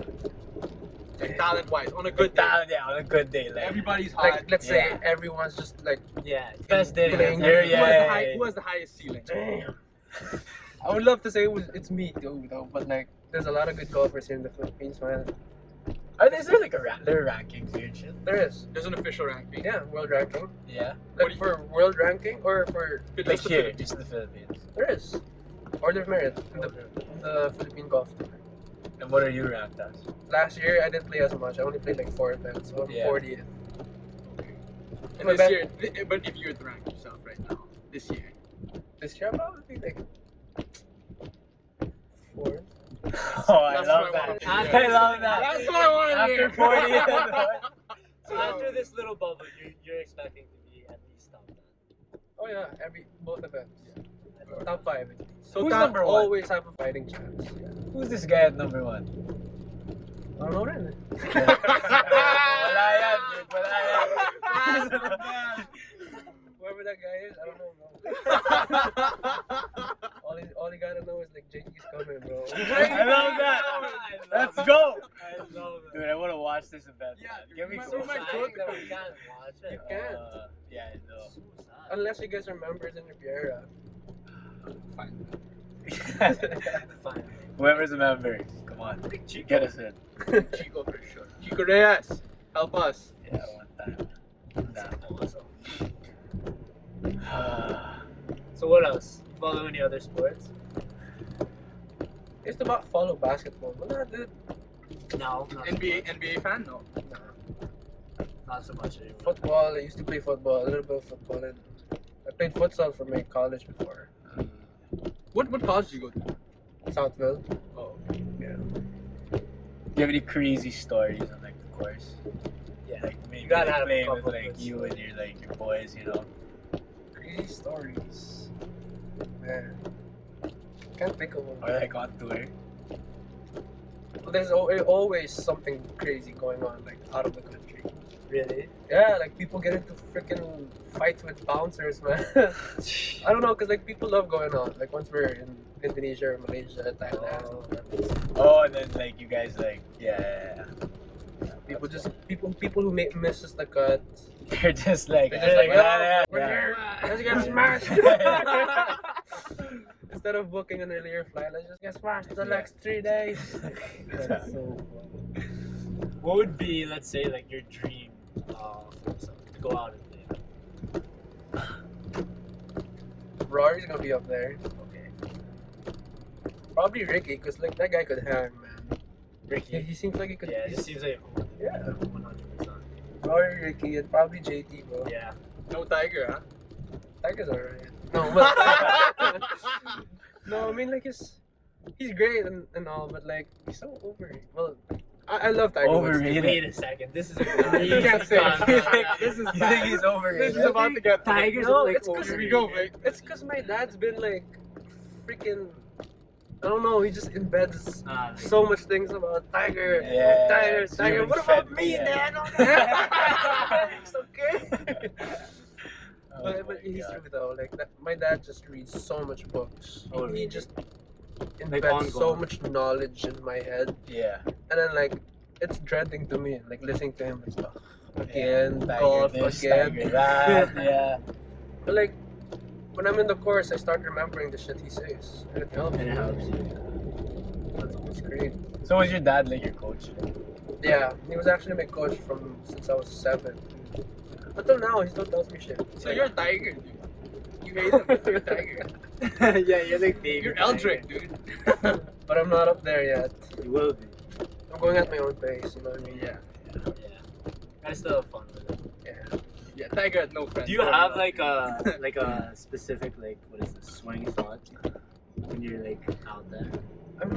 Speaker 4: Like talent wise, on a good day.
Speaker 5: Down, yeah, on a good day, like
Speaker 4: Everybody's hot.
Speaker 3: Like let's
Speaker 5: Yeah.
Speaker 3: say everyone's just like
Speaker 1: Yeah, best day.
Speaker 3: Playing
Speaker 1: Yeah,
Speaker 5: your-
Speaker 4: who,
Speaker 1: yeah.
Speaker 4: has the
Speaker 5: yeah,
Speaker 4: high,
Speaker 5: yeah.
Speaker 4: who has the highest ceiling?
Speaker 3: damn. I would love to say it was, it's me too though, but like there's a lot of good golfers here in the Philippines, man.
Speaker 5: Are there, is there like a ra- there are rankings here and shit?
Speaker 3: There is.
Speaker 4: There's an official ranking.
Speaker 3: Yeah, world ranking.
Speaker 5: Yeah.
Speaker 3: Like
Speaker 4: What do you-
Speaker 3: for world ranking or for
Speaker 4: But
Speaker 5: Like
Speaker 4: just the
Speaker 5: here,
Speaker 4: Philippines.
Speaker 5: just in the Philippines.
Speaker 3: there is order of merit in the, in the Philippine golf tour.
Speaker 5: And what are you ranked as?
Speaker 3: Last year I didn't play as much. I only played like four events, so I'm
Speaker 5: Yeah.
Speaker 3: 40th.
Speaker 4: And
Speaker 3: My
Speaker 4: this
Speaker 3: bad.
Speaker 4: year, th- eh, but if you're the rank yourself right now, this year,
Speaker 3: This year I'll probably be like fourth.
Speaker 5: Oh, I
Speaker 4: That's
Speaker 5: love
Speaker 4: what I
Speaker 5: that.
Speaker 4: wanted.
Speaker 5: I love that.
Speaker 4: that's what I want to hear.
Speaker 5: After 40,
Speaker 1: So after this little bubble, you you're expecting to be at least top ten.
Speaker 3: Oh yeah, every both events. Top five at least.
Speaker 4: So
Speaker 5: Who's
Speaker 4: that-
Speaker 5: number one?
Speaker 3: Always have a fighting chance. Yeah.
Speaker 5: Who's this guy at number one?
Speaker 3: I don't know rin.
Speaker 5: wala yan, dude. Wala yan.
Speaker 3: Whoever that guy is, I don't know, bro. All, he, all you gotta know is like Jenki's coming, bro.
Speaker 5: I love that. Let's go.
Speaker 1: I love that.
Speaker 5: Dude, I want to watch this event.
Speaker 4: Yeah,
Speaker 5: man.
Speaker 4: dude,
Speaker 5: give me
Speaker 4: we
Speaker 1: It's
Speaker 5: some
Speaker 1: so
Speaker 4: might
Speaker 1: sad
Speaker 4: go
Speaker 1: that we can't watch it.
Speaker 3: You can't.
Speaker 5: Uh, yeah, I know.
Speaker 1: It's so sad.
Speaker 3: Unless you guys are members in your Riviera.
Speaker 4: Fine.
Speaker 1: Fine.
Speaker 5: Whoever's a member, come on, get us in.
Speaker 4: Chico for sure. Chico Reyes, help us.
Speaker 5: Yeah, one time. Nah.
Speaker 1: So what else? You follow any other sports?
Speaker 3: It's about follow basketball. But nah, dude.
Speaker 1: No.
Speaker 4: NBA NBA fan? No.
Speaker 1: Not so much anymore.
Speaker 3: Football. I used to play football. A little bit of football. And I played futsal for my college before.
Speaker 4: What what college did you go to?
Speaker 3: Southville.
Speaker 4: Oh,
Speaker 5: Do you have any crazy stories on like the course?
Speaker 1: Yeah.
Speaker 5: Like maybe
Speaker 1: gotta
Speaker 5: like,
Speaker 1: have a
Speaker 5: playing with
Speaker 1: couple
Speaker 5: like
Speaker 1: good
Speaker 5: you and your like your boys, you know.
Speaker 3: Crazy stories. Man. Can't think of one.
Speaker 5: Or like on tour.
Speaker 3: But there's al- always something crazy going on, like out of the country.
Speaker 1: Really?
Speaker 3: Yeah, like people get into freaking fights with bouncers, man. I don't know, cause like people love going out. Like once we're in Indonesia or Malaysia, Thailand,
Speaker 5: Oh and then like you guys like yeah.
Speaker 3: people just people people who make misses the cut.
Speaker 5: They're just like, "Ah,
Speaker 3: They're just like,
Speaker 1: "Oh."
Speaker 5: yeah,
Speaker 3: We're here. Let's get smashed. Instead of booking an earlier flight, let's just get smashed for the
Speaker 5: Yeah.
Speaker 3: next three days.
Speaker 5: yeah.
Speaker 1: What would be, let's say, like your dream uh, for yourself to go out and play?
Speaker 3: Rory's gonna be up there.
Speaker 1: Okay.
Speaker 3: Probably Ricky, cause like that guy could hang, man. He,
Speaker 1: Ricky.
Speaker 3: he seems like he could.
Speaker 1: Yeah, it seems like a cool.
Speaker 3: Yeah.
Speaker 1: 100%.
Speaker 3: Rory, Ricky, and probably JT, bro.
Speaker 1: Yeah.
Speaker 4: no tiger, huh?
Speaker 3: Tiger's alright. No, but no, I mean like he's he's great and, and all, but like he's so over. Well, I, I love Tiger. Woods, too.
Speaker 5: Overrated.
Speaker 1: Wait a second. This is a great
Speaker 3: You can't say
Speaker 1: time.
Speaker 3: it.
Speaker 1: This is
Speaker 5: You think
Speaker 1: bad.
Speaker 5: he's
Speaker 4: This
Speaker 5: overrated?
Speaker 4: is about to get
Speaker 1: Tigers
Speaker 3: No,
Speaker 1: are like
Speaker 3: it's 'cause
Speaker 4: Here
Speaker 1: over
Speaker 4: we go,
Speaker 1: here.
Speaker 4: Vic.
Speaker 3: It's because my dad's been like freaking. I don't know. He just embeds
Speaker 1: Uh, like,
Speaker 3: so much things about Tiger.
Speaker 5: Yeah,
Speaker 3: Tiger,
Speaker 5: it's
Speaker 3: Tiger.
Speaker 5: human
Speaker 3: What about
Speaker 5: fed-
Speaker 3: me,
Speaker 5: yeah.
Speaker 3: Dad? Oh, it's okay.
Speaker 5: Oh
Speaker 3: but
Speaker 5: my
Speaker 3: but he's
Speaker 5: God.
Speaker 3: true though. Like that, my dad just reads so much books.
Speaker 1: Oh,
Speaker 3: he
Speaker 1: really?
Speaker 3: just
Speaker 1: Like,
Speaker 3: embeds so
Speaker 1: ongoing.
Speaker 3: much knowledge in my head,
Speaker 5: Yeah.
Speaker 3: and then like it's dreading to me. Like listening to him, like "Ugh, again,
Speaker 5: Tiger
Speaker 3: golf
Speaker 5: this,
Speaker 3: again.
Speaker 5: Tiger that, yeah.
Speaker 3: But like when I'm in the course, I start remembering the shit he says, and it helps.
Speaker 1: and it helps you.
Speaker 3: It's great.
Speaker 5: So was your dad like your coach?
Speaker 3: Yeah, he was actually my coach from since I was seven. Until now, he still tells me shit.
Speaker 4: So you're a tiger, dude. You hate him, but you're a tiger.
Speaker 1: yeah, you're like David.
Speaker 4: You're Eldrick, dude.
Speaker 3: But I'm not up there yet.
Speaker 1: You will be.
Speaker 3: I'm going at my own pace. You know what I mean?
Speaker 4: Yeah.
Speaker 1: Yeah. I still have fun with it.
Speaker 4: Yeah, tiger had no friends.
Speaker 1: Do you have like a like a specific like what is this swing thought when you're like out there?
Speaker 3: I'm.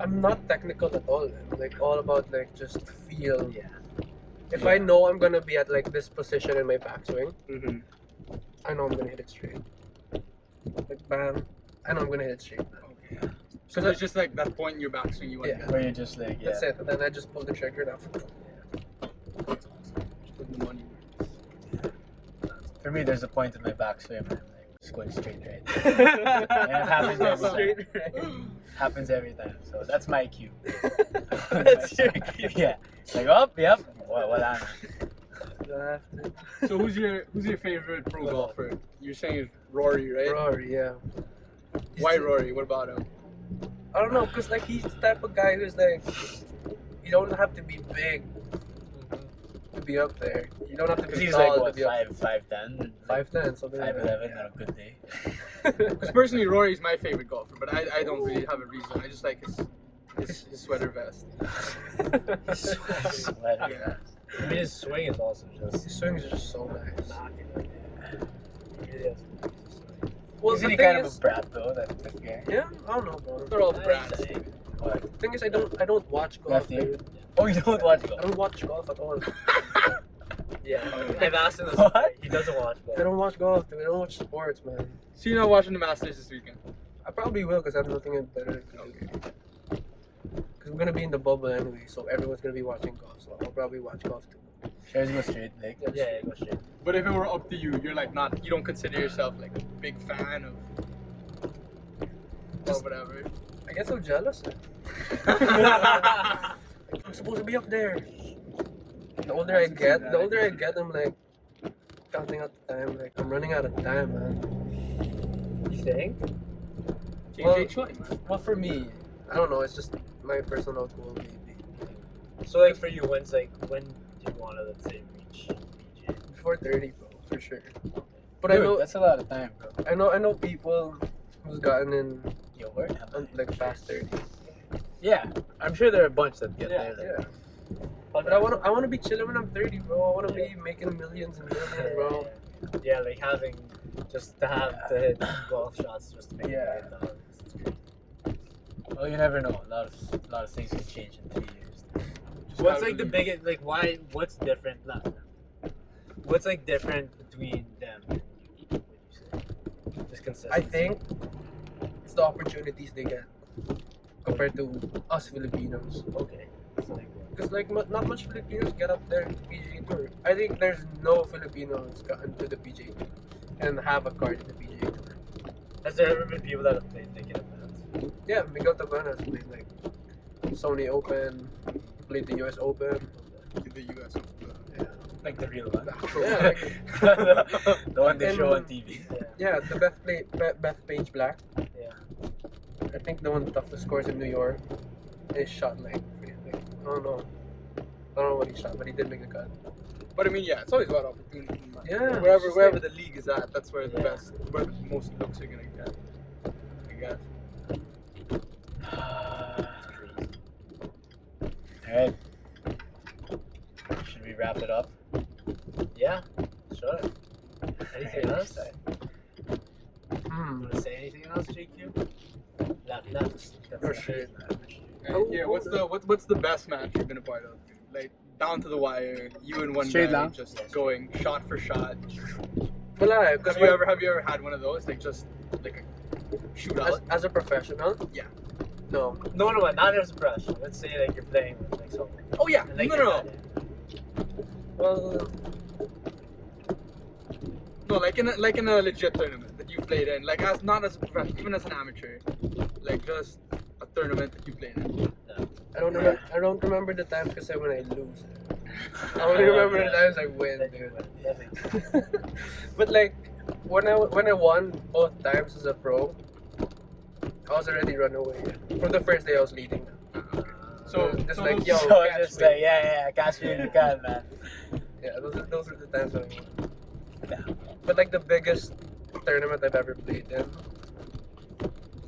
Speaker 3: I'm not technical at all. I'm like all about like just feel.
Speaker 1: Yeah.
Speaker 3: If I know I'm gonna be at like this position in my backswing,
Speaker 1: Mm-hmm.
Speaker 3: I know I'm gonna hit it straight. Like bam, I know I'm gonna hit it straight. man.
Speaker 4: Okay. So it's just like that point in your backswing you want
Speaker 3: Yeah.
Speaker 4: to
Speaker 5: Where you're just like, yeah.
Speaker 3: That's it. And then I just pull the trigger and I
Speaker 1: That's awesome.
Speaker 4: get. Put the money.
Speaker 5: For me, there's a point in my backswing where I'm like, just going straight right.
Speaker 1: yeah,
Speaker 5: And it happens every time.
Speaker 3: Straight, right?
Speaker 5: Happens every time. So that's my cue.
Speaker 1: That's your cue.
Speaker 5: yeah. Like, oh, yep. What, what am I?
Speaker 3: Left.
Speaker 4: So who's your who's your favorite pro golfer? You're saying it's Rory, right?
Speaker 3: Rory, yeah. He's
Speaker 4: Why
Speaker 3: the-
Speaker 4: Rory? What about him?
Speaker 3: I don't know, cause like he's the type of guy who's like, you don't have to be big to be up there. You don't have to
Speaker 5: Because Mm-hmm.
Speaker 3: be
Speaker 5: he's
Speaker 3: tall
Speaker 5: like,
Speaker 3: to
Speaker 5: what,
Speaker 3: be up.
Speaker 5: 5'10? Five, 5'10,
Speaker 3: Five ten, something. like that.
Speaker 5: 5'11 on a good day.
Speaker 4: Because personally, Rory is my favorite golfer, but I, I don't really have a reason. I just like his his, his sweater vest.
Speaker 5: Sweater.
Speaker 4: Yeah.
Speaker 1: I mean his swing is also just
Speaker 3: His swings are just so nice.
Speaker 1: knocking it. It really is the craziest swing.
Speaker 3: Well,
Speaker 5: Isn't
Speaker 3: the
Speaker 5: he
Speaker 3: thing
Speaker 5: kind of
Speaker 3: is-
Speaker 5: a brat though? That, that guy.
Speaker 3: yeah, I don't know, bro.
Speaker 4: They're all brats.
Speaker 5: What?
Speaker 3: The thing is, I don't, I don't watch golf.
Speaker 5: Left ear?
Speaker 3: dude.
Speaker 5: Oh, you don't watch
Speaker 3: I
Speaker 5: golf?
Speaker 3: don't watch golf at all.
Speaker 1: Yeah. I've asked him this
Speaker 5: What?
Speaker 1: He doesn't watch
Speaker 3: I
Speaker 1: but
Speaker 3: don't watch golf, dude. I don't watch sports, man.
Speaker 4: So you're not watching the Masters this weekend?
Speaker 3: I probably will, cause I have nothing better to do.
Speaker 4: Okay.
Speaker 3: Cause we're gonna be in the bubble anyway, so everyone's gonna be watching golf. So I'll probably watch golf too.
Speaker 5: Should I just go straight, like?
Speaker 1: yeah, yeah, go straight.
Speaker 4: But if it were up to you, you're like not. You don't consider yourself like a big fan of. Or
Speaker 3: Just-
Speaker 4: whatever.
Speaker 3: I get so jealous. I'm supposed to be up there. The older I get, the older I get, I'm like counting out the time. Like I'm running out of time, man.
Speaker 1: You think?
Speaker 3: Well-
Speaker 4: KJ Choi, man.
Speaker 3: Well, for me, I don't know. It's just my personal goal, maybe.
Speaker 1: So like for you, when's like when do you wanna let's say reach PGA?
Speaker 3: Before 30, bro, for sure. But I
Speaker 5: Dude,
Speaker 3: know,
Speaker 5: that's a lot of time, bro.
Speaker 3: I know, I know people who's gotten in
Speaker 5: Yo, where am I?
Speaker 3: um, Oh, like past 30.
Speaker 5: Yeah, I'm sure there are a bunch that get
Speaker 1: Yeah,
Speaker 5: there. Like,
Speaker 3: Yeah.
Speaker 1: But
Speaker 3: Oh, But I want to I want to be chilling when I'm 30, bro. I want to be making millions and millions, bro.
Speaker 1: Yeah, like having just to have to hit golf shots just to make
Speaker 5: Yeah.
Speaker 1: it. right now.
Speaker 5: Well, you never know. A lot of lot of things can change in three years.
Speaker 4: Just
Speaker 1: What's
Speaker 4: gotta
Speaker 1: like the
Speaker 4: believe.
Speaker 1: biggest like why what's different not them. What's like different between them and you would you say? Just
Speaker 3: I
Speaker 1: consistency.
Speaker 3: think it's the opportunities they get compared to us Filipinos.
Speaker 1: okay. It's like
Speaker 3: Because like mu- not much Filipinos get up there in the PGA Tour. I think there's no Filipinos gotten to the PGA Tour and have a card in the PGA Tour.
Speaker 1: has there ever been people that have played naked events?
Speaker 3: Yeah, Miguel Tabanas played like Sony Open, he played the US Open.
Speaker 4: the US.
Speaker 5: Like the real one.
Speaker 3: Yeah,
Speaker 4: Yeah.
Speaker 3: like,
Speaker 5: the one they
Speaker 3: And
Speaker 5: show on
Speaker 3: when-
Speaker 5: TV.
Speaker 1: Yeah.
Speaker 3: yeah, the Beth, play, Beth, Beth Page Black.
Speaker 1: Yeah.
Speaker 3: I think the one with the toughest scores in New York is shot like, like I don't know. I don't know what he shot, but he did make a cut.
Speaker 4: But I mean, yeah, it's always about opportunity. man.
Speaker 3: Yeah, it's
Speaker 4: Wherever
Speaker 3: just
Speaker 4: wherever the league is at, that's where the
Speaker 1: Yeah.
Speaker 4: best, where the most looks you're gonna get. I guess.
Speaker 5: All right. Should we wrap it up?
Speaker 1: Yeah, sure. Anything
Speaker 5: Alright,
Speaker 1: else? You
Speaker 3: Hmm.
Speaker 1: wanna say anything else, JQ? Left, left.
Speaker 3: For sure.
Speaker 4: Hey,
Speaker 3: Oh,
Speaker 4: yeah,
Speaker 3: oh,
Speaker 4: what's the what, what's the best match you've been a part of? dude? Like down to the wire, you and one
Speaker 5: Straight
Speaker 4: guy
Speaker 5: down?
Speaker 4: just going shot for shot.
Speaker 3: Wala,
Speaker 4: Have
Speaker 3: because
Speaker 4: you ever have you ever had one of those? Like just like a
Speaker 3: as,
Speaker 4: shootout.
Speaker 3: as a professional,
Speaker 4: Yeah.
Speaker 3: no,
Speaker 1: No, no, not as a brush. Let's say like you're playing with like someone.
Speaker 4: Oh yeah,
Speaker 1: And,
Speaker 4: no
Speaker 1: like,
Speaker 4: no
Speaker 1: you're
Speaker 4: no,
Speaker 1: not in.
Speaker 3: well,
Speaker 4: no like in a, like in a legit tournament that you played in, like as not as a professional, even as an amateur, like just a tournament that you played in.
Speaker 3: I don't remember. I don't remember the times because when I lose, I only
Speaker 1: Yeah,
Speaker 3: remember
Speaker 1: yeah.
Speaker 3: the times I win,
Speaker 1: Then you
Speaker 3: dude.
Speaker 1: win. That makes sense.
Speaker 3: but like when I when I won both times as a pro, I was already run away from the first day I was leading.
Speaker 4: So
Speaker 3: Just
Speaker 4: so
Speaker 3: like,
Speaker 4: those-
Speaker 3: yo,
Speaker 5: so
Speaker 3: catch
Speaker 5: just
Speaker 3: me.
Speaker 5: like, yeah, yeah, yeah, catch me if you can, man.
Speaker 3: Yeah, those are, those are the times when I won. But like the biggest tournament I've ever played in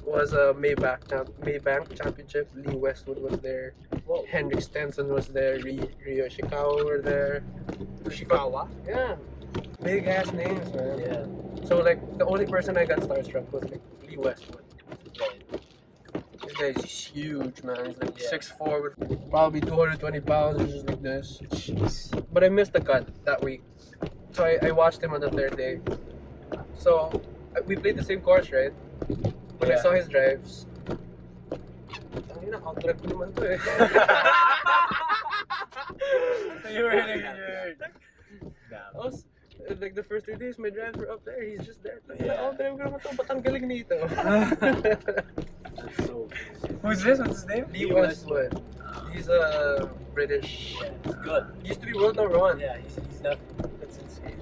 Speaker 3: was a Maybank champ, Maybank Championship. Lee Westwood was there.
Speaker 1: Whoa.
Speaker 3: Henrik Stenson was there. Ri- Rio Ishikawa were there.
Speaker 4: Ishikawa.
Speaker 3: Yeah, big ass names, man.
Speaker 1: Yeah.
Speaker 3: So like the only person I got starstruck was like Lee Westwood. This guy's huge, man. He's like
Speaker 1: Yeah.
Speaker 3: six four with probably two hundred twenty pounds, and just like this. But I missed the cut that week, so I, I watched him on the third day. So uh, we played the same course, right? When I
Speaker 5: Yeah.
Speaker 3: saw his drives. Tangina, outdrive ko naman to eh.
Speaker 5: you were hitting it.
Speaker 3: I was- uh, like the first two days, my drives were up there. He's just there. Like,
Speaker 5: Yeah.
Speaker 3: Outdrive ko naman to. Ba't ang galing nito?
Speaker 1: That's so crazy.
Speaker 5: Who's this? What's his name?
Speaker 3: Lee Westwood. He's a British.
Speaker 1: Yeah, it's good.
Speaker 3: He used to be world number one.
Speaker 1: Yeah, he's, he's definitely. That's insane.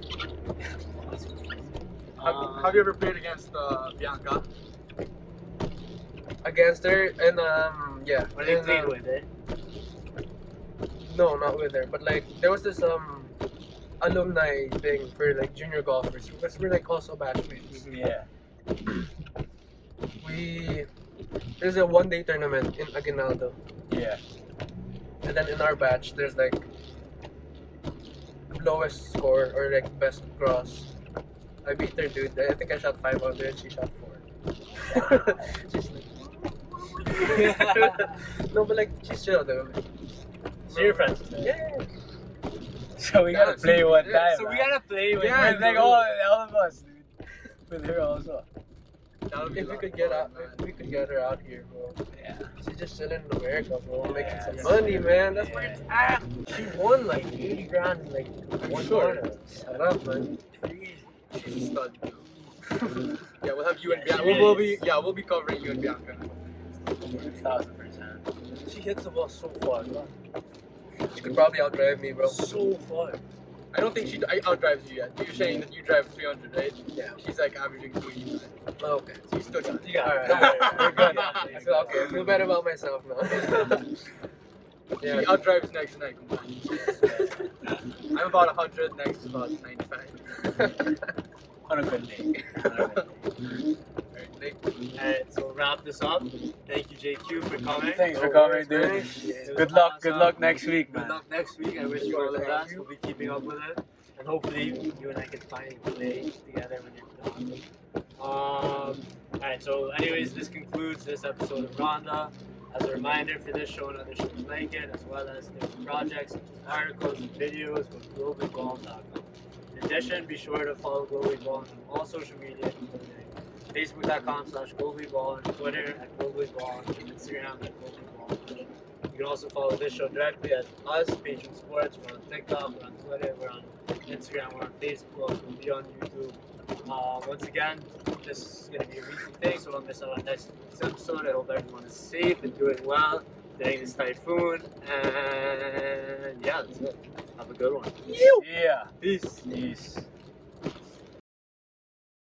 Speaker 1: Um,
Speaker 4: Have, have you ever played against uh, Bianca?
Speaker 3: against her and um yeah
Speaker 1: What do you
Speaker 3: and,
Speaker 1: played
Speaker 3: um,
Speaker 1: with, eh?
Speaker 3: no not with her but like there was this um alumni thing for like junior golfers because we're like also batchmates
Speaker 5: Yeah.
Speaker 1: Mm-hmm.
Speaker 3: we there's a one day tournament in aguinaldo
Speaker 5: Yeah.
Speaker 3: and then in our batch there's like lowest score or like best cross i beat her dude i think i shot 500 and she shot 4 She's like, no but like she's chill though
Speaker 1: So you're friends with him.
Speaker 3: yeah
Speaker 5: So we gotta
Speaker 4: Yeah, so-
Speaker 5: play one
Speaker 4: yeah,
Speaker 5: time.
Speaker 1: So we
Speaker 5: man.
Speaker 1: gotta play with
Speaker 4: Yeah,
Speaker 5: With, like all, all of us, dude. With her also.
Speaker 4: That would be
Speaker 3: If
Speaker 4: a
Speaker 3: we
Speaker 4: lot
Speaker 3: could
Speaker 4: of
Speaker 3: get
Speaker 4: fun,
Speaker 3: out,
Speaker 4: man.
Speaker 3: if we could get her out here, bro.
Speaker 5: Yeah.
Speaker 3: She's just chilling in America, bro. making some
Speaker 5: Yeah.
Speaker 3: money, man. That's where it's at.
Speaker 1: She won like 80 grand in like
Speaker 4: I'm
Speaker 1: one
Speaker 4: sure.
Speaker 1: corner.
Speaker 3: Shut up, man.
Speaker 4: She's a stud, dude. yeah, we'll have you and
Speaker 1: Yeah, she
Speaker 4: Bianca. We'll, we'll
Speaker 1: is.
Speaker 4: be yeah, we'll be covering you and Bianca.
Speaker 5: Thousand percent.
Speaker 1: She hits the ball so far. bro.
Speaker 3: She could probably outdrive me, bro.
Speaker 1: So far.
Speaker 4: I don't think she I outdrives you yet. You're saying that you drive 300, right?
Speaker 3: Yeah.
Speaker 4: She's like averaging 25.
Speaker 3: Oh, Okay.
Speaker 4: So you still got it.
Speaker 1: You got
Speaker 3: Alright,
Speaker 1: it. Don't worry.
Speaker 3: alright,
Speaker 1: Yeah,
Speaker 4: we're good.
Speaker 3: I feel okay. I feel better about myself now.
Speaker 4: She outdrives next night. I'm about 100, next is about 95.
Speaker 5: On a good day. On a good day.
Speaker 4: Alright,
Speaker 1: Fantastic. And so we'll wrap this up. Thank you, JQ, for coming.
Speaker 5: Thanks for
Speaker 3: No
Speaker 5: coming,
Speaker 3: worries,
Speaker 5: dude.
Speaker 3: man.
Speaker 1: It was
Speaker 5: Good luck. Good
Speaker 1: awesome.
Speaker 5: luck next week,
Speaker 1: Good
Speaker 5: man.
Speaker 1: luck next week. I wish you all the
Speaker 3: Thank
Speaker 1: best.
Speaker 3: you.
Speaker 1: We'll be keeping up with it. And hopefully you and I can finally play together when you're done. Um, Alright, so anyways, this concludes this episode of Rhonda. As a reminder for this show and other shows like it, as well as different projects such as articles and videos, go to globalgone.com. In addition, be sure to follow Globally Ball on all social media, including facebook.com slash Globally Ball, and Twitter at Globally Ball, and Instagram at Globally Ball. You can also follow this show directly at us, Patron Sports. We're on TikTok, we're on Twitter, we're on Instagram, we're on Facebook, we'll be on YouTube. Uh, once again, this is going to be a weekly thing, so don't miss out on next week's episode. I hope everyone is safe and doing well during this typhoon. And yeah, that's it. Have a good one.
Speaker 5: Yeah.
Speaker 1: Peace.
Speaker 5: Peace.